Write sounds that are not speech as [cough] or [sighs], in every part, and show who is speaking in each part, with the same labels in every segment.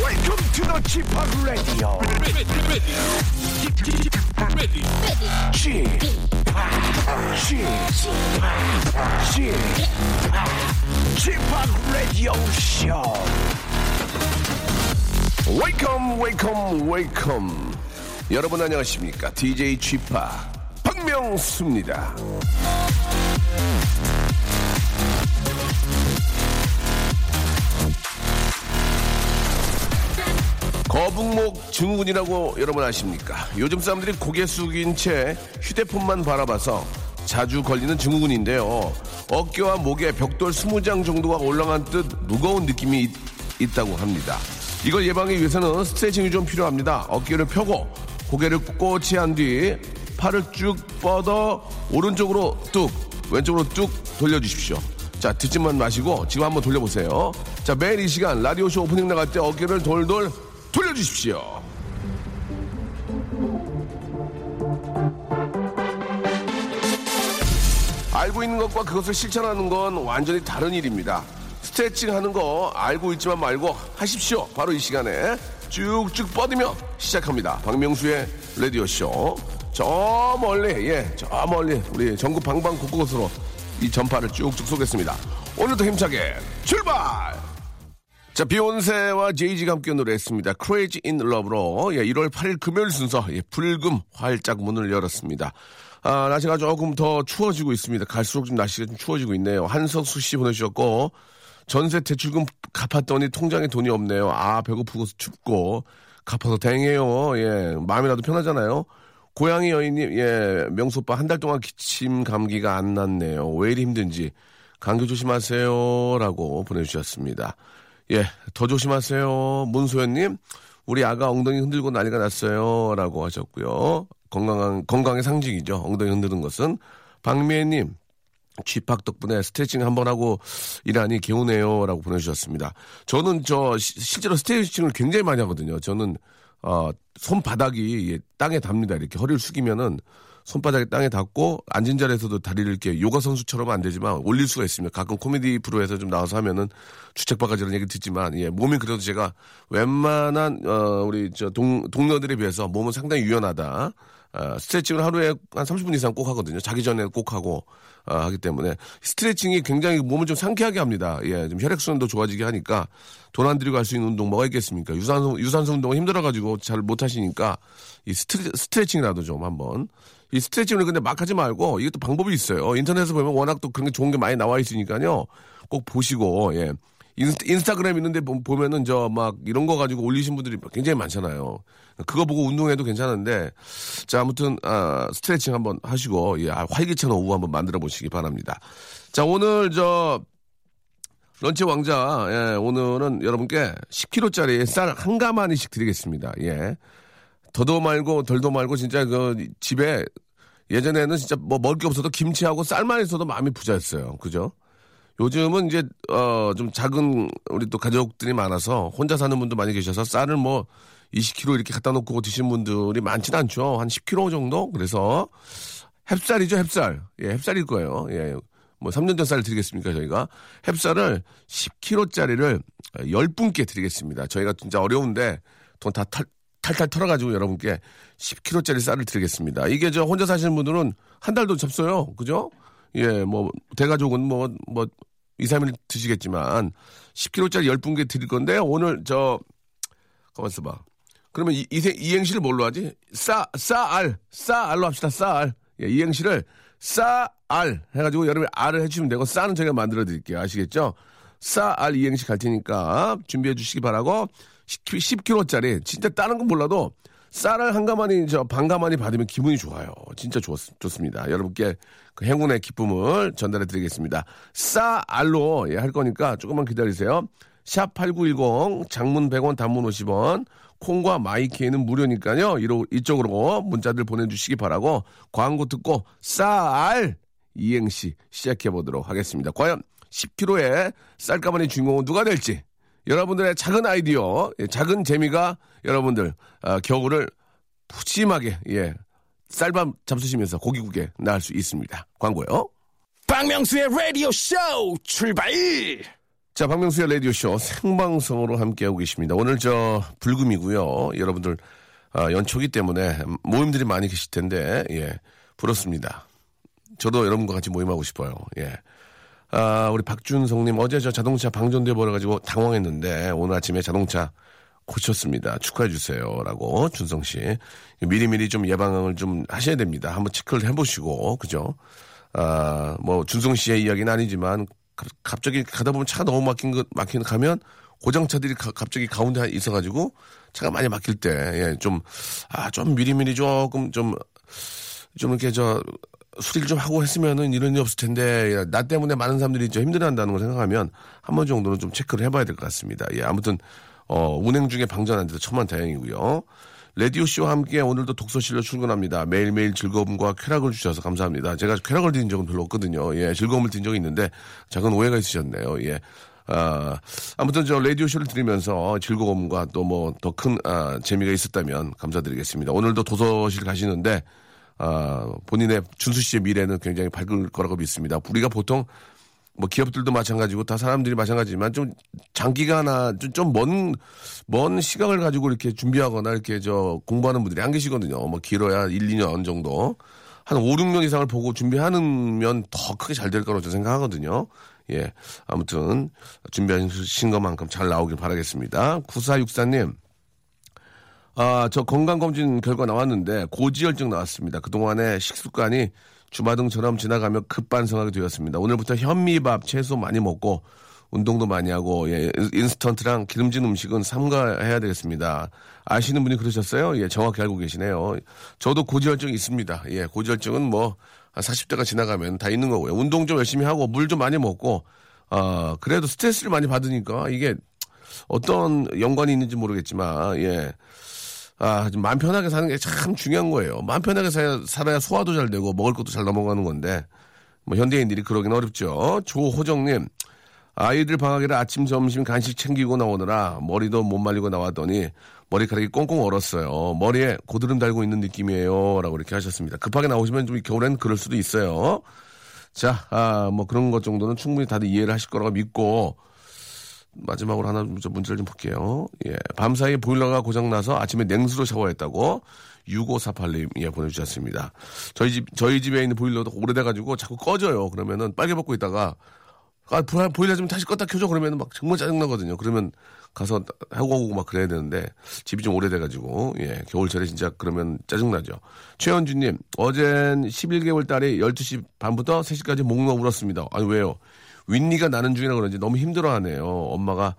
Speaker 1: Welcome to the g p o p Radio. g p g p g p Radio Show. Welcome, welcome, welcome. 여러분 안녕하십니까? DJ g p 박명수입니다. 거북목 증후군이라고 여러분 아십니까? 요즘 사람들이 고개 숙인 채 휴대폰만 바라봐서 자주 걸리는 증후군인데요. 어깨와 목에 벽돌 20장 정도가 올라간 듯 무거운 느낌이 있, 있다고 합니다. 이걸 예방하기 위해서는 스트레칭이 좀 필요합니다. 어깨를 펴고 고개를 꼿이 한 뒤 팔을 쭉 뻗어 오른쪽으로 뚝 왼쪽으로 뚝 돌려주십시오. 자, 듣지만 마시고 지금 한번 돌려보세요. 자, 매일 이 시간 라디오쇼 오프닝 나갈 때 어깨를 돌돌 돌려주십시오. 알고 있는 것과 그것을 실천하는 건 완전히 다른 일입니다. 스트레칭 하는 거 알고 있지만 말고 하십시오. 바로 이 시간에 쭉쭉 뻗으며 시작합니다. 박명수의 라디오쇼. 저 멀리, 예, 저 멀리 우리 전국 방방 곳곳으로 이 전파를 쭉쭉 쏘겠습니다. 오늘도 힘차게 출발! 자, 비욘세와 제이지가 함께 노래했습니다. Crazy in Love로 예, 1월 8일 금요일 순서 예, 불금 활짝 문을 열었습니다. 아, 날씨가 조금 더 추워지고 있습니다. 갈수록 좀 날씨가 좀 추워지고 있네요. 한석수 씨 보내주셨고 전세 대출금 갚았더니 통장에 돈이 없네요. 아 배고프고 춥고 갚아서 다행이에요. 예, 마음이라도 편하잖아요. 고양이 여인님, 예, 명수 오빠 한 달 동안 기침 감기가 안 났네요. 왜 이리 힘든지 감기 조심하세요라고 보내주셨습니다. 예, 더 조심하세요. 문소연님, 우리 아가 엉덩이 흔들고 난리가 났어요라고 하셨고요. 건강한 건강의 상징이죠. 엉덩이 흔드는 것은 박미애님, 쥐팍 덕분에 스트레칭 한번 하고 일하니 개운해요라고 보내주셨습니다. 저는 저 시- 실제로 스트레칭을 굉장히 많이 하거든요. 저는 어, 손바닥이 예, 땅에 닿습니다. 이렇게 허리를 숙이면은 손바닥이 땅에 닿고 앉은 자리에서도 다리를 이렇게 요가 선수처럼은 안 되지만 올릴 수가 있습니다. 가끔 코미디 프로에서 좀 나와서 하면은 주책바가지라는 얘기 듣지만 예, 몸이 그래도 제가 웬만한 어, 우리 저 동, 동료들에 비해서 몸은 상당히 유연하다. 아, 스트레칭을 하루에 한 30분 이상 꼭 하거든요. 자기 전에 꼭 하고 아, 하기 때문에 스트레칭이 굉장히 몸을 좀 상쾌하게 합니다. 예, 좀 혈액순환도 좋아지게 하니까 돈 안 들이고 할 수 있는 운동 뭐가 있겠습니까? 유산소 유산소 운동은 힘들어가지고 잘 못 하시니까 이 스트, 스트레칭이라도 좀 한번 이 스트레칭을 근데 막 하지 말고 이것도 방법이 있어요. 인터넷에 보면 워낙 또 그런 게 좋은 게 많이 나와 있으니까요. 꼭 보시고 예. 인스타, 그램 있는데 보- 보면은 저 막 이런 거 가지고 올리신 분들이 굉장히 많잖아요. 그거 보고 운동해도 괜찮은데 자 아무튼 아, 스트레칭 한번 하시고 예, 아, 활기찬 오후 한번 만들어 보시기 바랍니다. 자 오늘 저 런치 왕자 예, 오늘은 여러분께 10kg짜리 쌀 한 가마니씩 드리겠습니다. 예. 더도 말고 덜도 말고 진짜 그 집에 예전에는 진짜 뭐 먹을 게 없어도 김치하고 쌀만 있어도 마음이 부자였어요. 그죠? 요즘은 이제 어 좀 작은 우리 또 가족들이 많아서 혼자 사는 분도 많이 계셔서 쌀을 뭐 20kg 이렇게 갖다 놓고 드신 분들이 많진 않죠. 한 10kg 정도? 그래서 햅쌀이죠, 햅쌀. 예, 햅쌀일 거예요. 예. 뭐 3년 전 쌀을 드리겠습니까, 저희가? 햅쌀을 10kg짜리를 10분께 드리겠습니다. 저희가 진짜 어려운데 돈 다 탈탈 털어가지고 여러분께 10kg짜리 쌀을 드리겠습니다. 이게 저 혼자 사시는 분들은 한 달도 잡숴요. 그죠? 예, 뭐, 대가족은 뭐, 뭐, 2, 3일 드시겠지만 10kg짜리 10분께 드릴 건데 오늘 저, 가만 있어봐. 그러면 이, 이세- 이행시를 뭘로 하지? 싸, 싸알. 싸알로 합시다, 싸알. 예, 이행시를 싸알 해가지고 여러분이 알을 해주시면 되고, 싸는 저희가 만들어 드릴게요. 아시겠죠? 싸알 이행시 갈 테니까 준비해 주시기 바라고, 10, 10kg짜리, 진짜 다른 건 몰라도 쌀알 한 가마니 저 반가마니 받으면 기분이 좋아요. 진짜 좋, 좋습니다. 여러분께 그 행운의 기쁨을 전달해 드리겠습니다. 쌀알로 예, 할 거니까 조금만 기다리세요. 샵 8910 장문 100원 단문 50원 콩과 마이키에는 무료니까요. 이로, 이쪽으로 문자들 보내주시기 바라고 광고 듣고 쌀 이행시 시작해 보도록 하겠습니다. 과연 10kg의 쌀가마니 주인공은 누가 될지 여러분들의 작은 아이디어, 예, 작은 재미가 여러분들 아, 겨울을 푸짐하게 예, 쌀밥 잡수시면서 고기국에 나을 수 있습니다. 광고요.
Speaker 2: 박명수의 라디오 쇼 출발!
Speaker 1: 자, 박명수의 라디오쇼 생방송으로 함께하고 계십니다. 오늘 저 불금이고요. 여러분들 아, 연초기 때문에 모임들이 많이 계실 텐데 예, 부럽습니다. 저도 여러분과 같이 모임하고 싶어요. 예. 아, 우리 박준성님 어제 저 자동차 방전돼 버려가지고 당황했는데 오늘 아침에 자동차 고쳤습니다. 축하해 주세요라고 준성 씨 미리미리 좀 예방을 좀 하셔야 됩니다. 한번 체크를 해보시고 그죠? 아, 뭐 준성 씨의 이야기는 아니지만 가- 갑자기 가다 보면 차가 너무 막힌 것 막힌 가면 고장차들이 가- 갑자기 가운데 있어가지고 차가 많이 막힐 때좀아좀 미리미리 조금 좀 좀 이렇게 저 수리를 좀 하고 했으면은 이런 일이 없을 텐데 야, 나 때문에 많은 사람들이 좀 힘들어한다는 걸 생각하면 한 번 정도는 좀 체크를 해봐야 될 것 같습니다. 예, 아무튼 어, 운행 중에 방전 안 돼서 천만 다행이고요. 라디오 씨와 함께 오늘도 독서실로 출근합니다. 매일매일 즐거움과 쾌락을 주셔서 감사합니다. 제가 쾌락을 드린 적은 별로 없거든요. 예, 즐거움을 드린 적이 있는데 작은 오해가 있으셨네요. 예. 아, 아무튼 저 라디오 쇼를 들으면서 즐거움과 또 뭐 더 큰 아, 재미가 있었다면 감사드리겠습니다. 오늘도 도서실 가시는데 아, 본인의 준수 씨의 미래는 굉장히 밝을 거라고 믿습니다. 우리가 보통 뭐 기업들도 마찬가지고 다 사람들이 마찬가지지만 좀 장기간이나 좀먼먼 시간을 가지고 이렇게 준비하거나 이렇게 저 공부하는 분들이 안 계시거든요. 뭐 길어야 1, 2년 정도 한 5, 6년 이상을 보고 준비하는 면 더 크게 잘 될 거라고 저는 생각하거든요. 예. 아무튼 준비하신 것만큼 잘 나오길 바라겠습니다. 9464님. 아, 저 건강검진 결과 나왔는데 고지혈증 나왔습니다. 그동안의 식습관이 주마등처럼 지나가며 급반성하게 되었습니다. 오늘부터 현미밥, 채소 많이 먹고 운동도 많이 하고 예, 인스턴트랑 기름진 음식은 삼가해야 되겠습니다. 아시는 분이 그러셨어요? 예, 정확히 알고 계시네요. 저도 고지혈증 있습니다. 예, 고지혈증은 뭐 한 40대가 지나가면 다 있는 거고요. 운동 좀 열심히 하고 물 좀 많이 먹고 아, 그래도 스트레스를 많이 받으니까 이게 어떤 연관이 있는지 모르겠지만 예. 아, 좀 마음 편하게 사는 게 참 중요한 거예요. 마음 편하게 사, 살아야 소화도 잘 되고 먹을 것도 잘 넘어가는 건데 뭐 현대인들이 그러긴 어렵죠. 조호정님 아이들 방학이라 아침 점심 간식 챙기고 나오느라 머리도 못 말리고 나왔더니 머리카락이 꽁꽁 얼었어요. 머리에 고드름 달고 있는 느낌이에요라고 이렇게 하셨습니다. 급하게 나오시면 좀 겨울엔 그럴 수도 있어요. 자, 아, 뭐 그런 것 정도는 충분히 다들 이해를 하실 거라고 믿고 마지막으로 하나 좀 문제를 좀 볼게요. 예. 밤사이 보일러가 고장나서 아침에 냉수로 샤워했다고 6548님 예, 보내주셨습니다. 저희 집, 저희 집에 있는 보일러도 오래돼가지고 자꾸 꺼져요. 그러면은 빨개 벗고 있다가 아, 보- 보일러 좀 다시 껐다 켜줘. 그러면 막 정말 짜증나거든요. 그러면 가서 하고 오고 막 그래야 되는데 집이 좀 오래돼가지고, 예, 겨울철에 진짜 그러면 짜증나죠. 최현주님, 어젠 11개월 딸이 12시 반부터 3시까지 목러 울었습니다. 아니, 왜요? 윗니가 나는 중이라 그런지 너무 힘들어하네요. 엄마가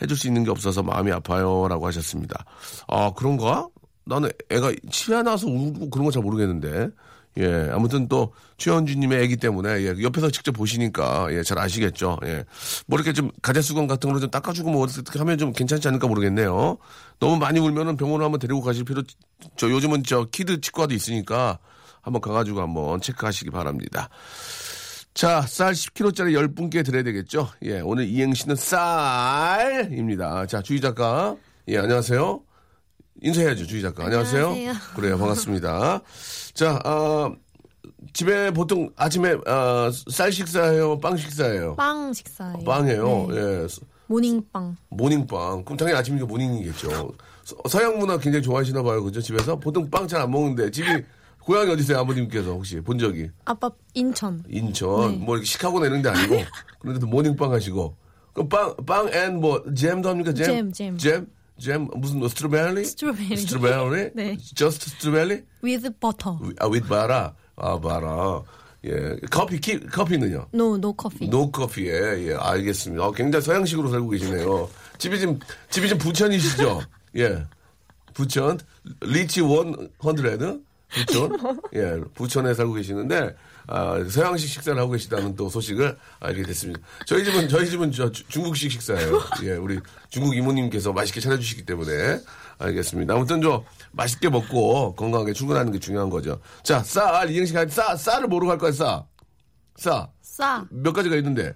Speaker 1: 해줄 수 있는 게 없어서 마음이 아파요. 라고 하셨습니다. 아, 그런가? 나는 애가 치아 나서 울고 그런 거 잘 모르겠는데. 예, 아무튼 또 최현주님의 애기 때문에 예, 옆에서 직접 보시니까 예, 잘 아시겠죠. 예, 뭐 이렇게 좀 가재수건 같은 걸로 좀 닦아주고 뭐 어떻게 하면 좀 괜찮지 않을까 모르겠네요. 너무 많이 울면은 병원으로 한번 데리고 가실 필요. 저 요즘은 저 키드 치과도 있으니까 한번 가가지고 한번 체크하시기 바랍니다. 자, 쌀 10kg짜리 10분께 드려야 되겠죠? 예, 오늘 이행시는 쌀입니다. 자, 주희 작가. 예, 안녕하세요. 인사해야죠, 주희 작가. 안녕하세요.
Speaker 3: 안녕하세요.
Speaker 1: 그래요, 반갑습니다. 자, 아, 집에 보통 아침에 아, 쌀 식사예요, 빵 식사예요?
Speaker 3: 빵 식사예요.
Speaker 1: 어, 빵이에요.
Speaker 3: 네.
Speaker 1: 예,
Speaker 3: 모닝빵.
Speaker 1: 모닝빵. 그럼 당연히 아침이니까 모닝이겠죠. 서- 서양 문화 굉장히 좋아하시나 봐요, 그죠? 집에서 보통 빵 잘 안 먹는데 집이 고향이 어디세요, 아버님께서 혹시 본 적이?
Speaker 3: 아빠 인천.
Speaker 1: 인천 뭐 이렇게 시카고나 이런 데 아니고 [laughs] 그런데도 모닝빵 하시고 그럼 빵빵앤뭐 잼도 합니까 잼?
Speaker 3: 잼, 잼.
Speaker 1: 잼? 잼? 무슨 뭐 스트로베리?
Speaker 3: 스트로베리.
Speaker 1: 스트로베리?
Speaker 3: 네.
Speaker 1: 저스트 스트로베리?
Speaker 3: with butter.
Speaker 1: 아, with 바라. 아, 바라. 예. 커피 키, 커피는요?
Speaker 3: No, no coffee.
Speaker 1: 노 커피에 예 알겠습니다. 어, 굉장히 서양식으로 살고 계시네요. 집이 지금 집이 지금 부천이시죠? 예. 부천 리치 원 헌드레드 부천 예 부천에 살고 계시는데 아, 서양식 식사를 하고 계시다는 또 소식을 알게 됐습니다. 저희 집은 저희 집은 저 주- 중국식 식사예요. 예 우리 중국 이모님께서 맛있게 차려주시기 때문에 알겠습니다. 아무튼 저 맛있게 먹고 건강하게 출근하는 게 중요한 거죠. 자쌀 이행식 할쌀 쌀을 뭐로 갈 거야 쌀 쌀.
Speaker 3: 싸.
Speaker 1: 몇 가지가 있는데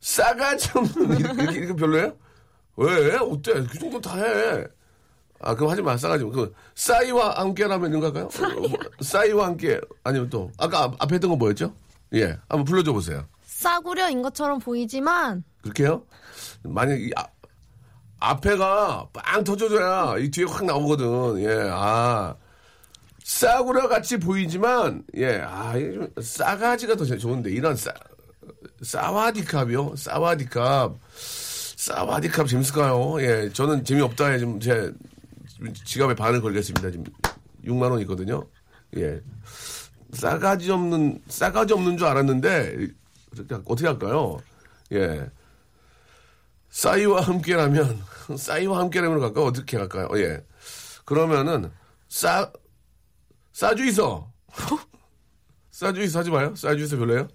Speaker 1: 싸가지 없는 이렇게, 이렇게, 이렇게 별로예요? 왜? 어때? 그 정도 다 해. 아 그럼 하지 마 싸가지 마. 그 싸이와 함께라면 이런 거 할까요? 어, 뭐, 싸이와 함께 아니면 또 아까 앞- 앞에 했던 거 뭐였죠? 예, 한번 불러줘 보세요.
Speaker 3: 싸구려인 것처럼 보이지만
Speaker 1: 그렇게요? 만약 이 아- 앞에가 빵 터져줘야 이 뒤에 확 나오거든. 예, 아. 싸구려 같이 보이지만, 예, 아, 이게 좀 싸가지가 더 좋은데, 이런 싸, 싸와디캅이요? 싸와디캅. 싸와디캅 재밌을까요? 예, 저는 재미없다에 지금 제 지갑에 반을 걸겠습니다. 지금 6만원 있거든요. 예. 싸가지 없는, 싸가지 없는 줄 알았는데, 이렇게 어떻게 할까요? 예. 싸이와 함께라면 [laughs] 싸이와 함께라면 갈까 어떻게 갈까요? 어, 예. 그러면은 싸 싸주이서 싸주이서 하지 마요. 싸주이서 별로예요.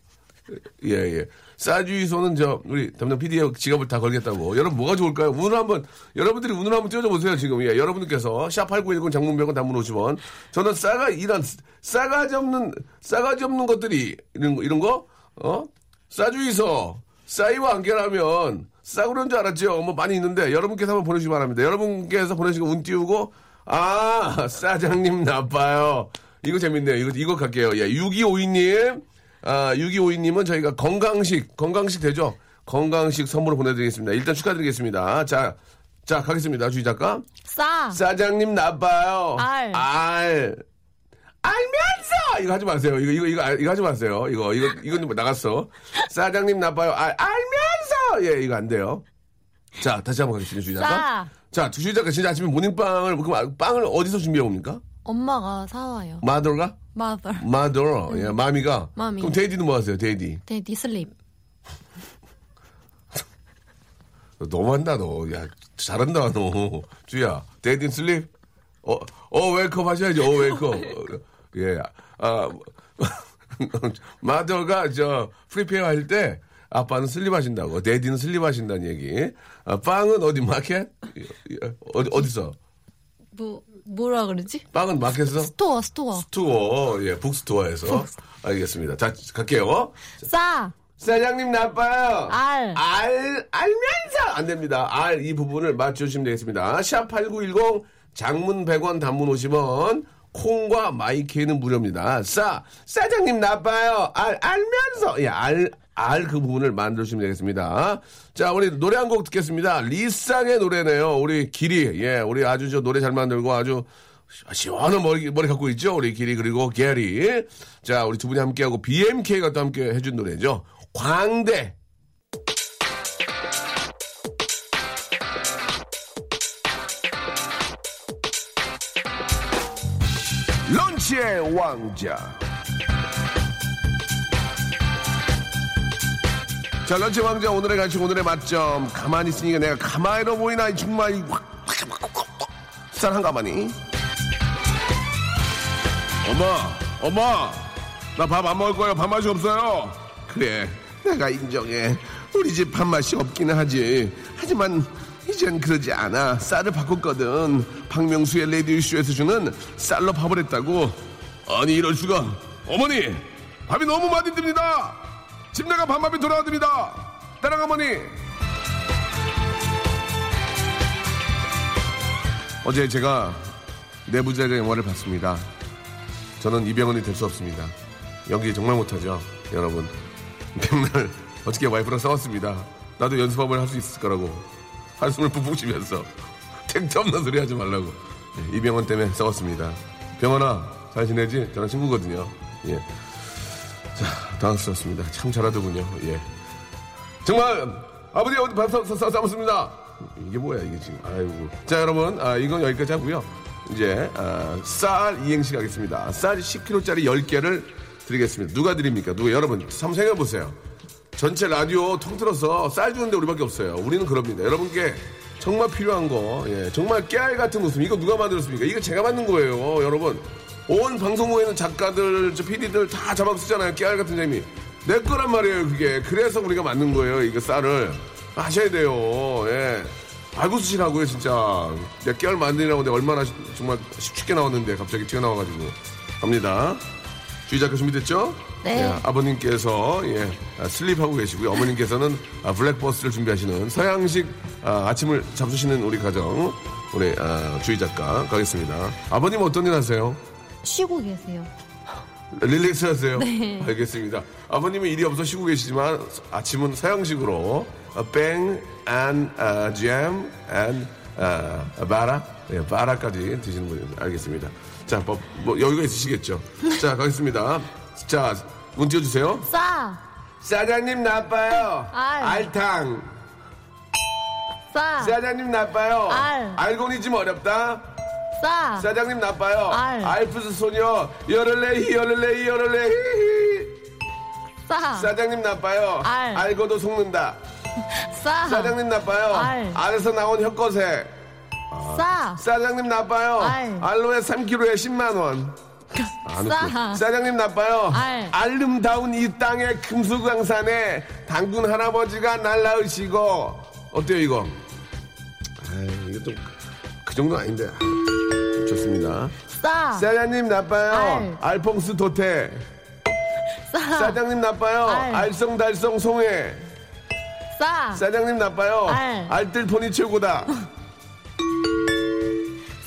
Speaker 1: 예 예. 싸주이서는 저 우리 담당 PD의 지갑을 다 걸겠다고. 여러분 뭐가 좋을까요? 운을 한번 여러분들이 운을 한번 띄워줘 보세요 지금. 예. 여러분들께서 샵 #8910 장문 100원 단문 50원. 저는 싸가 이런 싸가지 없는 싸가지 없는 것들이 이런 거 이런 거 어? 싸주이서 싸이와 안개라면 싸구려인 줄 알았죠. 뭐 많이 있는데 여러분께서 한번 보내주시기 바랍니다. 여러분께서 보내시고 운 띄우고 아 싸장님 나빠요. 이거 재밌네요. 이거 이거 갈게요. 예, 6252님 아 6252님은 저희가 건강식 건강식 되죠. 건강식 선물을 보내드리겠습니다. 일단 축하드리겠습니다. 자. 자, 가겠습니다. 주희 작가.
Speaker 3: 싸.
Speaker 1: 사장님 나빠요.
Speaker 3: 아. 알.
Speaker 1: 알. 알면서 이거 하지 마세요. 이거 이거 이거 알- 이거 하지 마세요. 이거 이거 이건 나갔어. 사장님 나빠요. 알 알면서 예 이거 안 돼요. 자 다시 한번 가겠습니다 주희 작가.
Speaker 3: 싸.
Speaker 1: 자 주희 작가 진짜 아침에 모닝빵을 그럼 아, 빵을 어디서 준비해 옵니까?
Speaker 3: 엄마가 사와요.
Speaker 1: 마더가
Speaker 3: mother.
Speaker 1: 마더 예 마미가.
Speaker 3: 마미.
Speaker 1: 그럼 데이디는 뭐 하세요 데이디?
Speaker 3: 데디 네, 슬립.
Speaker 1: 너 너무한다 너. 야 잘한다 너. 주야 데이디 슬립. 어, 어 웨이크업 하셔야지. 어 웨이크업. 어, 예. 아 [laughs] 마더가 저 프리페어 할 때 아빠는 슬립 하신다고. 데디는 슬립 하신다는 얘기. 아, 빵은 어디 마켓? 예, 예. 어디 어디서?
Speaker 3: 뭐 뭐라 그러지?
Speaker 1: 빵은 마켓에서?
Speaker 3: 스토어 스토어.
Speaker 1: 스토어, 예, 북스토어에서. 알겠습니다. 자, 갈게요.
Speaker 3: 싸.
Speaker 1: 사장님 나빠요.
Speaker 3: 알.
Speaker 1: 알, 알면서! 안 됩니다. 알, 이 부분을 맞춰주시면 되겠습니다. 샵8910, 장문 100원, 단문 50원, 콩과 마이케는 무료입니다. 싸, 사장님 나빠요. 알, 알면서! 예, 알, 알 그 부분을 만들어주시면 되겠습니다. 자, 우리 노래 한 곡 듣겠습니다. 리쌍의 노래네요. 우리 길이, 예, 우리 아주 저 노래 잘 만들고 아주 시원한 머리, 머리 갖고 있죠? 우리 길이, 그리고 게리. 자, 우리 두 분이 함께하고 BMK가 또 함께 해준 노래죠. 광대. 런치의 왕자. 자, 런치 왕자 오늘의 간식 오늘의 맛점. 가만히 있으니까 내가 가마이로 보이나, 이 정말. 이 확, 확, 확, 확, 확. 쌀한 가마니. 엄마, 엄마, 나 밥 안 먹을 거야. 밥맛이 없어요. 그래, 내가 인정해. 우리 집 밥맛이 없기는 하지. 하지만 이젠 그러지 않아. 쌀을 바꿨거든. 박명수의 레디오쇼에서 주는 쌀로 밥을 했다고. 아니 이럴 수가. 어머니, 밥이 너무 많이 듭니다. 집 나가 밥맛이 돌아옵니다. 따라가 어머니. 어제 제가 내부자의 영화를 봤습니다. 저는 이병헌이 될 수 없습니다. 연기 정말 못하죠, 여러분. 백날 어떻게 와이프랑 싸웠습니다. 나도 연습업을 할 수 있을 거라고 한숨을 푹푹 쉬면서 [laughs] 택도 없는 소리 하지 말라고 예, 이병헌 때문에 싸웠습니다. 병헌아 잘 지내지? 저랑 친구거든요. 예. 자 당황스럽습니다. 참 잘하더군요. 예. 정말 아버지 어디 밥싸싸싸싸습니다 이게 뭐야 이게 지금 아이고 자 여러분 아 이건 여기까지 하고요 이제 아, 쌀 이행시 가겠습니다 쌀 10kg짜리 10개를 드리겠습니다 누가 드립니까 누가 여러분 한번 생각해보세요 전체 라디오 통틀어서 쌀 주는데 우리밖에 없어요 우리는 그럽니다 여러분께 정말 필요한 거, 예, 정말 깨알 같은 웃음. 이거 누가 만들었습니까? 이거 제가 만든 거예요, 여러분. 온 방송국에는 자가들, 저 PD들 다 자막 쓰잖아요. 깨알 같은 재미. 내 거란 말이에요, 그게. 그래서 우리가 만든 거예요, 이거 쌀을. 아셔야 돼요, 예. 알고 쓰시라고요, 진짜. 내가 깨알 만드느라고 내가 얼마나 시- 정말 쉽게 나왔는데, 갑자기 튀어나와가지고. 갑니다. 주의 작가 준비됐죠?
Speaker 3: 네.
Speaker 1: 예, 아버님께서 예, 아, 슬립하고 계시고요. 어머님께서는 아, 블랙버스를 준비하시는 서양식 아, 침을 잡수시는 우리 가정 우리 아, 주희 작가 가겠습니다. 아버님 어떤 일 하세요?
Speaker 3: 쉬고 계세요.
Speaker 1: 릴렉스 하세요. 알겠습니다. 아버님은 일이 없어 쉬고 계시지만 아침은 서양식으로 아, 뱅, 안, 아, 잼, 안, 아, 바라, 예, 바라까지 드시는 분입니다. 알겠습니다. 자, 뭐, 뭐 여유가 있으시겠죠. 자, 가겠습니다. 자, 문 띄워주세요.
Speaker 3: 싸!
Speaker 1: 사장님 나빠요.
Speaker 3: 알.
Speaker 1: 알탕.
Speaker 3: 싸!
Speaker 1: 사장님 나빠요.
Speaker 3: 알.
Speaker 1: 알고니즘 어렵다.
Speaker 3: 싸!
Speaker 1: 사장님 나빠요.
Speaker 3: 알.
Speaker 1: 알프스 소녀 열을레이 열을레이 열을레이 히히.
Speaker 3: 싸!
Speaker 1: 사장님 나빠요.
Speaker 3: 아. 알.
Speaker 1: 알고도 속는다.
Speaker 3: 싸!
Speaker 1: 사장님 나빠요.
Speaker 3: 알.
Speaker 1: 알에서 나온 혀거세.
Speaker 3: 싸!
Speaker 1: 사장님 나빠요.
Speaker 3: 알.
Speaker 1: 알로에 3kg에 10만 원. 안 웃겨.
Speaker 3: 싸!
Speaker 1: 사장님 나빠요.
Speaker 3: 알.
Speaker 1: 알름다운 이 땅의 금수강산에 당군 할아버지가 날 낳으시고 어때요 이거? 아 이거 좀그 정도 아닌데 아, 좋습니다.
Speaker 3: 싸!
Speaker 1: 사장님 나빠요. 알. 퐁스 도태.
Speaker 3: 싸!
Speaker 1: 사장님 나빠요.
Speaker 3: 알.
Speaker 1: 알성 달성 송해.
Speaker 3: 싸!
Speaker 1: 사장님 나빠요.
Speaker 3: 알.
Speaker 1: 뜰 폰이 최고다.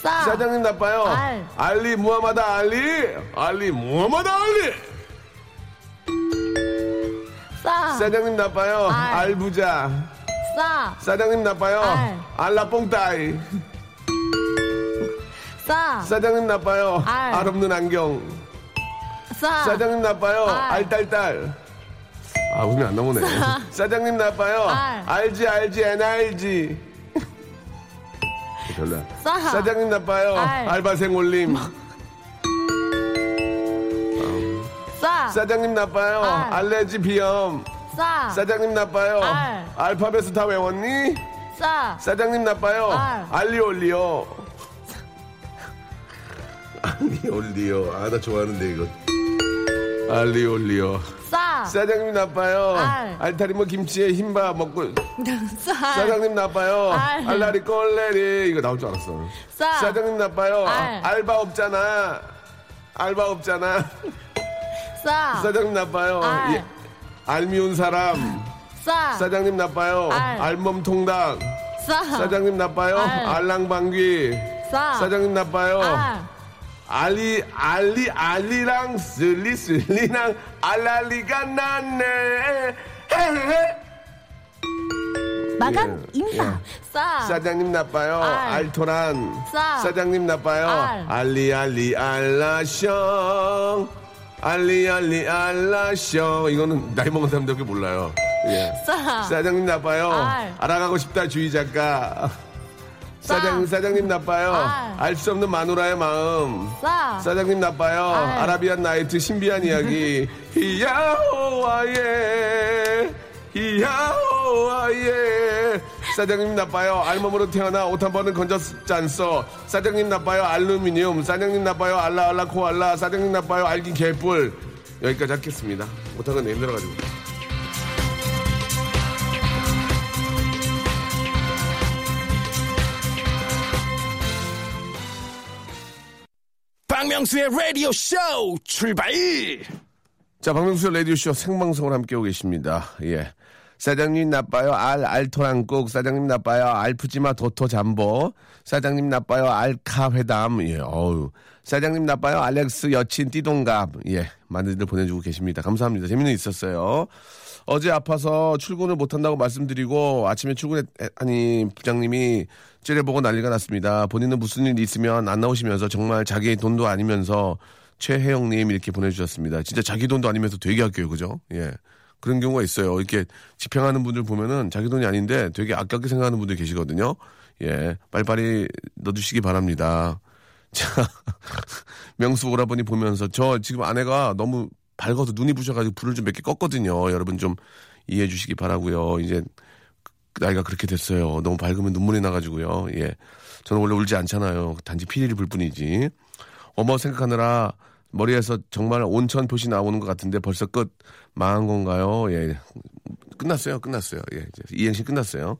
Speaker 3: 싸!
Speaker 1: 사장님 나빠요.
Speaker 3: 아. 알.
Speaker 1: 리 무하마다 알리. 알리 무하마다 알리.
Speaker 3: 싸!
Speaker 1: 사장님 나빠요.
Speaker 3: 아. 알.
Speaker 1: 알부자.
Speaker 3: 싸!
Speaker 1: 사장님 나빠요.
Speaker 3: 알.
Speaker 1: 알라뽕따이.
Speaker 3: 싸!
Speaker 1: 사장님 나빠요.
Speaker 3: 알.
Speaker 1: 없는 안경.
Speaker 3: 싸!
Speaker 1: 사장님 나빠요.
Speaker 3: 알.
Speaker 1: 알딸딸. 아, 웃음이 안
Speaker 3: [laughs]
Speaker 1: 나오네. 사장님 나빠요.
Speaker 3: 알.
Speaker 1: 알지, 알지, NRG. 별로야.
Speaker 3: 싸.
Speaker 1: 사장님 나빠요.
Speaker 3: 알.
Speaker 1: 바생 올림.
Speaker 3: 싸!
Speaker 1: 사장님 나빠요.
Speaker 3: 알.
Speaker 1: 알레지 비염.
Speaker 3: 싸!
Speaker 1: 사장님 나빠요.
Speaker 3: 아. 알.
Speaker 1: 알파벳을 다 외웠니?
Speaker 3: 싸!
Speaker 1: 사장님 나빠요.
Speaker 3: 알.
Speaker 1: 알리올리오. 알리올리오. 아, 나 좋아하는데, 이거. 알리올리오.
Speaker 3: 싸!
Speaker 1: 사장님 나빠요.
Speaker 3: 알.
Speaker 1: 알타리모 김치에 흰밥 먹고.
Speaker 3: 싸!
Speaker 1: 사장님 나빠요.
Speaker 3: 알.
Speaker 1: 알라리 꼴레리. 이거 나올 줄 알았어.
Speaker 3: 싸.
Speaker 1: 사장님 나빠요.
Speaker 3: 알.
Speaker 1: 바 없잖아. 알바 없잖아.
Speaker 3: 싸!
Speaker 1: 사장님 나빠요.
Speaker 3: 알.
Speaker 1: 예. 알미운 사람.
Speaker 3: 싸!
Speaker 1: 사장님 나빠요.
Speaker 3: 알.
Speaker 1: 알몸 통닭.
Speaker 3: 싸!
Speaker 1: 사장님 나빠요.
Speaker 3: 알.
Speaker 1: 알랑방귀.
Speaker 3: 싸!
Speaker 1: 사장님 나빠요.
Speaker 3: 알.
Speaker 1: 알리 알리 알리랑 슬리 슬리랑 알랄리가 났네.
Speaker 4: 마감
Speaker 1: 예,
Speaker 4: 인사.
Speaker 3: 싸!
Speaker 1: 사장님 나빠요.
Speaker 3: 아. 알.
Speaker 1: 알토란.
Speaker 3: 싸.
Speaker 1: 사장님 나빠요.
Speaker 3: 알.
Speaker 1: 알리 알리 알라숑. 알리 알리 알라숑. 이거는 나이 먹은 사람들밖에 몰라요. 예.
Speaker 3: 싸!
Speaker 1: 사장님 나빠요.
Speaker 3: 아. 알.
Speaker 1: 알아가고 싶다 주의 작가.
Speaker 3: 싸.
Speaker 1: 사장 사장님 나빠요.
Speaker 3: 알.
Speaker 1: 알 수 없는 마누라의 마음.
Speaker 3: 싸!
Speaker 1: 사장님 나빠요.
Speaker 3: 알.
Speaker 1: 아라비안 나이트 신비한
Speaker 3: [laughs]
Speaker 1: 이야기. 히야호와예. 히야호와예. 사장님 나빠요. 알몸으로 태어나 옷 한 번은 건졌잖소. 사장님 나빠요. 알루미늄. 사장님 나빠요. 알라 알라 코알라. 사장님 나빠요. 알긴 개뿔. 여기까지 하겠습니다. 못하건 힘들어가지고.
Speaker 2: 박명수의 라디오 쇼 출발!
Speaker 1: 자, 박명수 라디오쇼 생방송을 함께하고 계십니다. 예. 사장님 나빠요. 알, 알토랑국. 사장님 나빠요. 알푸지마 도토 잠보. 사장님 나빠요. 알카 회담. 예, 어우. 사장님 나빠요. 알렉스 여친 띠동갑. 예. 많은들 보내주고 계십니다. 감사합니다. 재미는 있었어요. 어제 아파서 출근을 못한다고 말씀드리고 아침에 출근하니 부장님이 째려보고 난리가 났습니다. 본인은 무슨 일이 있으면 안 나오시면서 정말 자기 돈도 아니면서 최혜영님 이렇게 보내주셨습니다. 진짜 자기 돈도 아니면서 되게 아껴요, 그죠? 예. 그런 경우가 있어요. 이렇게 집행하는 분들 보면은 자기 돈이 아닌데 되게 아깝게 생각하는 분들 계시거든요. 예. 빨리빨리 넣어주시기 바랍니다. 자, 명수 오라버니 보면서 저 지금 아내가 너무 밝아서 눈이 부셔가지고 불을 좀 몇 개 껐거든요. 여러분 좀 이해해 주시기 바라고요. 이제 나이가 그렇게 됐어요. 너무 밝으면 눈물이 나가지고요. 예. 저는 원래 울지 않잖아요. 단지 피리를 불 뿐이지. 어머 생각하느라 머리에서 정말 온천 표시 나오는 것 같은데 벌써 끝 망한 건가요? 예. 끝났어요. 끝났어요. 예. 이제 이행시 끝났어요.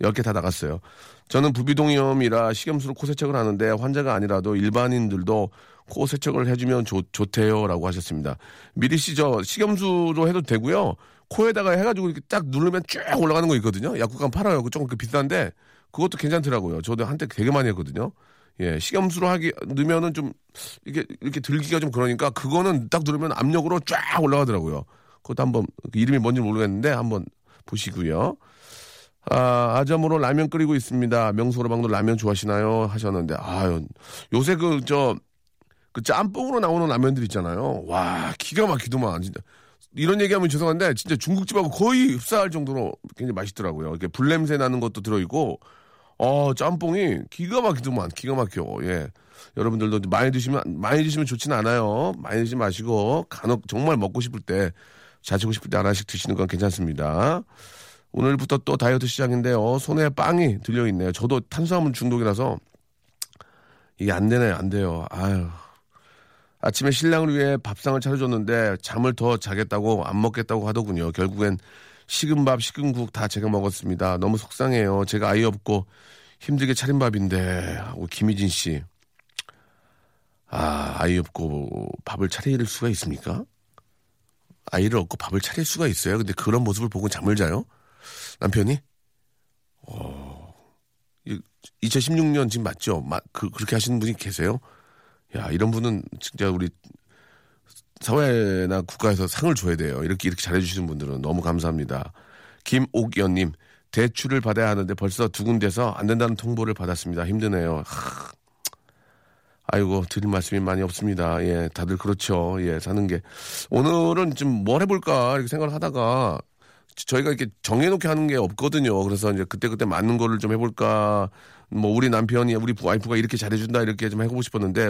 Speaker 1: 10개 다 나갔어요. 저는 부비동염이라 식염수로 코 세척을 하는데 환자가 아니라도 일반인들도 코 세척을 해주면 좋, 좋대요. 라고 하셨습니다. 미리 씨, 저 식염수로 해도 되고요. 코에다가 해가지고 이렇게 딱 누르면 쭉 올라가는 거 있거든요. 약국가면 팔아요. 그거 조금 그 비싼데 그것도 괜찮더라고요. 저도 한때 되게 많이 했거든요. 예, 식염수로 하기 넣으면은 좀 이게 이렇게 들기가 좀 그러니까 그거는 딱 누르면 압력으로 쫙 올라가더라고요. 그것도 한번 그 이름이 뭔지 모르겠는데 한번 보시고요. 아, 아점으로 라면 끓이고 있습니다. 명수로방도 라면 좋아하시나요? 하셨는데 아유 요새 그 저 그 짬뽕으로 나오는 라면들 있잖아요. 와 기가 막히더만 진짜. 이런 얘기하면 죄송한데 진짜 중국집하고 거의 흡사할 정도로 굉장히 맛있더라고요. 이렇게 불냄새 나는 것도 들어있고 어, 짬뽕이 기가 막히더만, 기가 막혀. 예. 여러분들도 많이 드시면, 많이 드시면 좋진 않아요. 많이 드시지 마시고, 간혹 정말 먹고 싶을 때, 자시고 싶을 때 하나씩 드시는 건 괜찮습니다. 오늘부터 또 다이어트 시작인데요. 손에 빵이 들려있네요. 저도 탄수화물 중독이라서, 이게 안 되네요, 안 돼요. 아유. 아침에 신랑을 위해 밥상을 차려줬는데 잠을 더 자겠다고 안 먹겠다고 하더군요. 결국엔 식은 밥, 식은 국 다 제가 먹었습니다. 너무 속상해요. 제가 아이 없고 힘들게 차린 밥인데 하고 김희진 씨. 아, 아이 없고 밥을 차릴 수가 있습니까? 아이를 얻고 밥을 차릴 수가 있어요. 근데 그런 모습을 보고 잠을 자요? 남편이? 어, 2016년 지금 맞죠? 마- 그, 그렇게 하시는 분이 계세요? 야, 이런 분은 진짜 우리 사회나 국가에서 상을 줘야 돼요. 이렇게 이렇게 잘해주시는 분들은 너무 감사합니다. 김옥연님 대출을 받아야 하는데 벌써 두 군데서 안 된다는 통보를 받았습니다. 힘드네요. 하, 아이고 드릴 말씀이 많이 없습니다. 예, 다들 그렇죠. 예, 사는 게 오늘은 좀 뭘 해볼까 이렇게 생각을 하다가 저- 저희가 이렇게 정해놓게 하는 게 없거든요. 그래서 이제 그때그때 맞는 거를 좀 해볼까. 뭐 우리 남편이 우리 와이프가 이렇게 잘해준다 이렇게 좀 해보고 싶었는데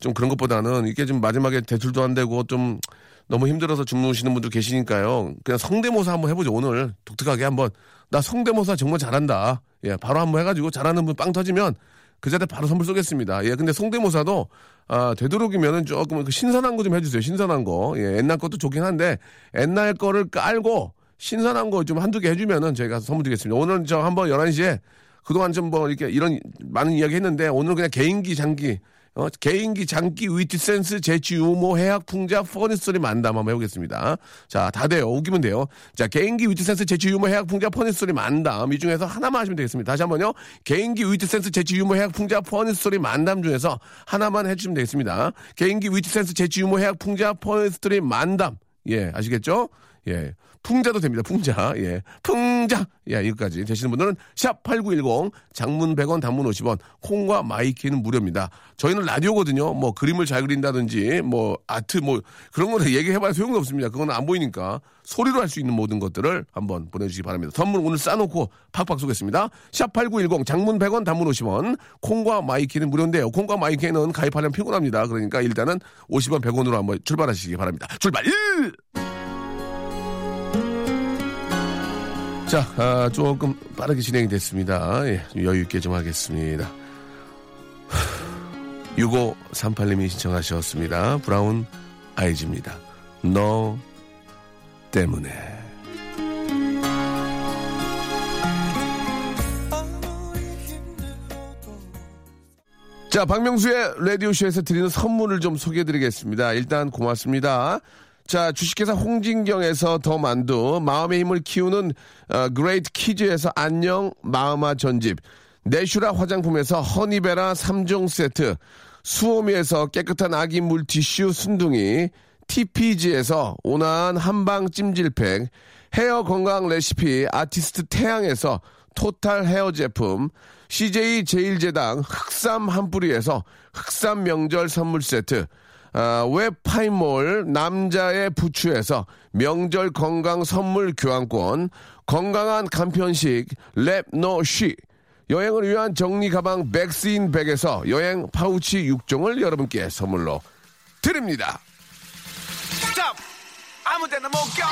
Speaker 1: 좀 그런 것보다는 이게 좀 마지막에 대출도 안 되고 좀 너무 힘들어서 주무시는 분도 계시니까요. 그냥 성대모사 한번 해보죠. 오늘 독특하게 한번 나 성대모사 정말 잘한다. 예, 바로 한번 해가지고 잘하는 분 빵 터지면 그 자리에 바로 선물 쏘겠습니다. 예, 근데 성대모사도 아, 되도록이면은 조금 그 신선한 거 좀 해주세요. 신선한 거. 예, 옛날 것도 좋긴 한데 옛날 거를 깔고 신선한 거 좀 한두 개 해주면은 저희가 선물 드리겠습니다. 오늘 저 한번 11시에 그동안 좀 뭐 이렇게 이런 많은 이야기 했는데 오늘 은 그냥 개인기 장기 어, 개인기 장기 위트 센스 재치 유모 해학 풍자 퍼니스 소리 만담 한번 해보겠습니다. 자, 다 돼요. 웃기면 돼요. 자, 개인기 위트 센스 재치 유모 해학 풍자 퍼니스 소리 만담 이 중에서 하나만 하시면 되겠습니다. 다시 한번요. 개인기 위트 센스 재치 유모 해학 풍자 퍼니스 소리 만담 중에서 하나만 해주시면 되겠습니다. 개인기 위트 센스 재치 유모 해학 풍자 퍼니스 소리 만담 예, 아시겠죠? 예. 풍자도 됩니다. 풍자. 예. 풍자. 예, 여기까지. 되시는 분들은 샵8910 장문 100원 단문 50원 콩과 마이키는 무료입니다. 저희는 라디오거든요. 뭐 그림을 잘 그린다든지 뭐 아트 뭐 그런 거는 얘기해 봐야 소용이 없습니다. 그건 안 보이니까 소리로 할 수 있는 모든 것들을 한번 보내 주시기 바랍니다. 선물 오늘 싸 놓고 팍팍 쏘겠습니다. 샵8910 장문 100원 단문 50원 콩과 마이키는 무료인데요. 콩과 마이키는 가입하려면 피곤합니다. 그러니까 일단은 50원 100원으로 한번 출발하시기 바랍니다. 출발! 자, 아, 조금 빠르게 진행이 됐습니다. 예, 여유 있게 좀 하겠습니다. [sighs] 6538님이 신청하셨습니다. 브라운 아이즈입니다. 너 때문에. 자, 박명수의 라디오쇼에서 드리는 선물을 좀 소개해 드리겠습니다. 일단 고맙습니다. 자, 주식회사 홍진경에서 더 만두, 마음의 힘을 키우는 어, 그레이트 키즈에서 안녕 마음아 전집, 내슈라 화장품에서 허니베라 3종 세트, 수오미에서 깨끗한 아기 물티슈 순둥이, TPG에서 온화한 한방 찜질팩, 헤어 건강 레시피 아티스트 태양에서 토탈 헤어 제품, CJ 제일제당 흑삼 한 뿌리에서 흑삼 명절 선물 세트, 아, 웹파이몰 남자의 부추에서 명절 건강 선물 교환권, 건강한 간편식 랩노쉬, 여행을 위한 정리 가방 백스인 백에서 여행 파우치 6종을 여러분께 선물로 드립니다.
Speaker 2: 스탑! 아무 데나 못 껴!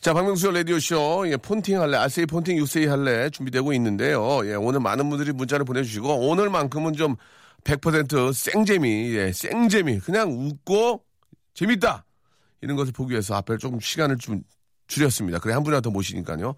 Speaker 1: 자, 박명수의 라디오쇼, 예, 폰팅 할래, 아세이 폰팅 육세이 할래 준비되고 있는데요. 예, 오늘 많은 분들이 문자를 보내주시고, 오늘만큼은 좀 100% 생재미, 예, 생재미. 그냥 웃고, 재밌다! 이런 것을 보기 위해서 앞에 조금 시간을 좀 줄였습니다. 그래, 한 분이라도 더 모시니까요.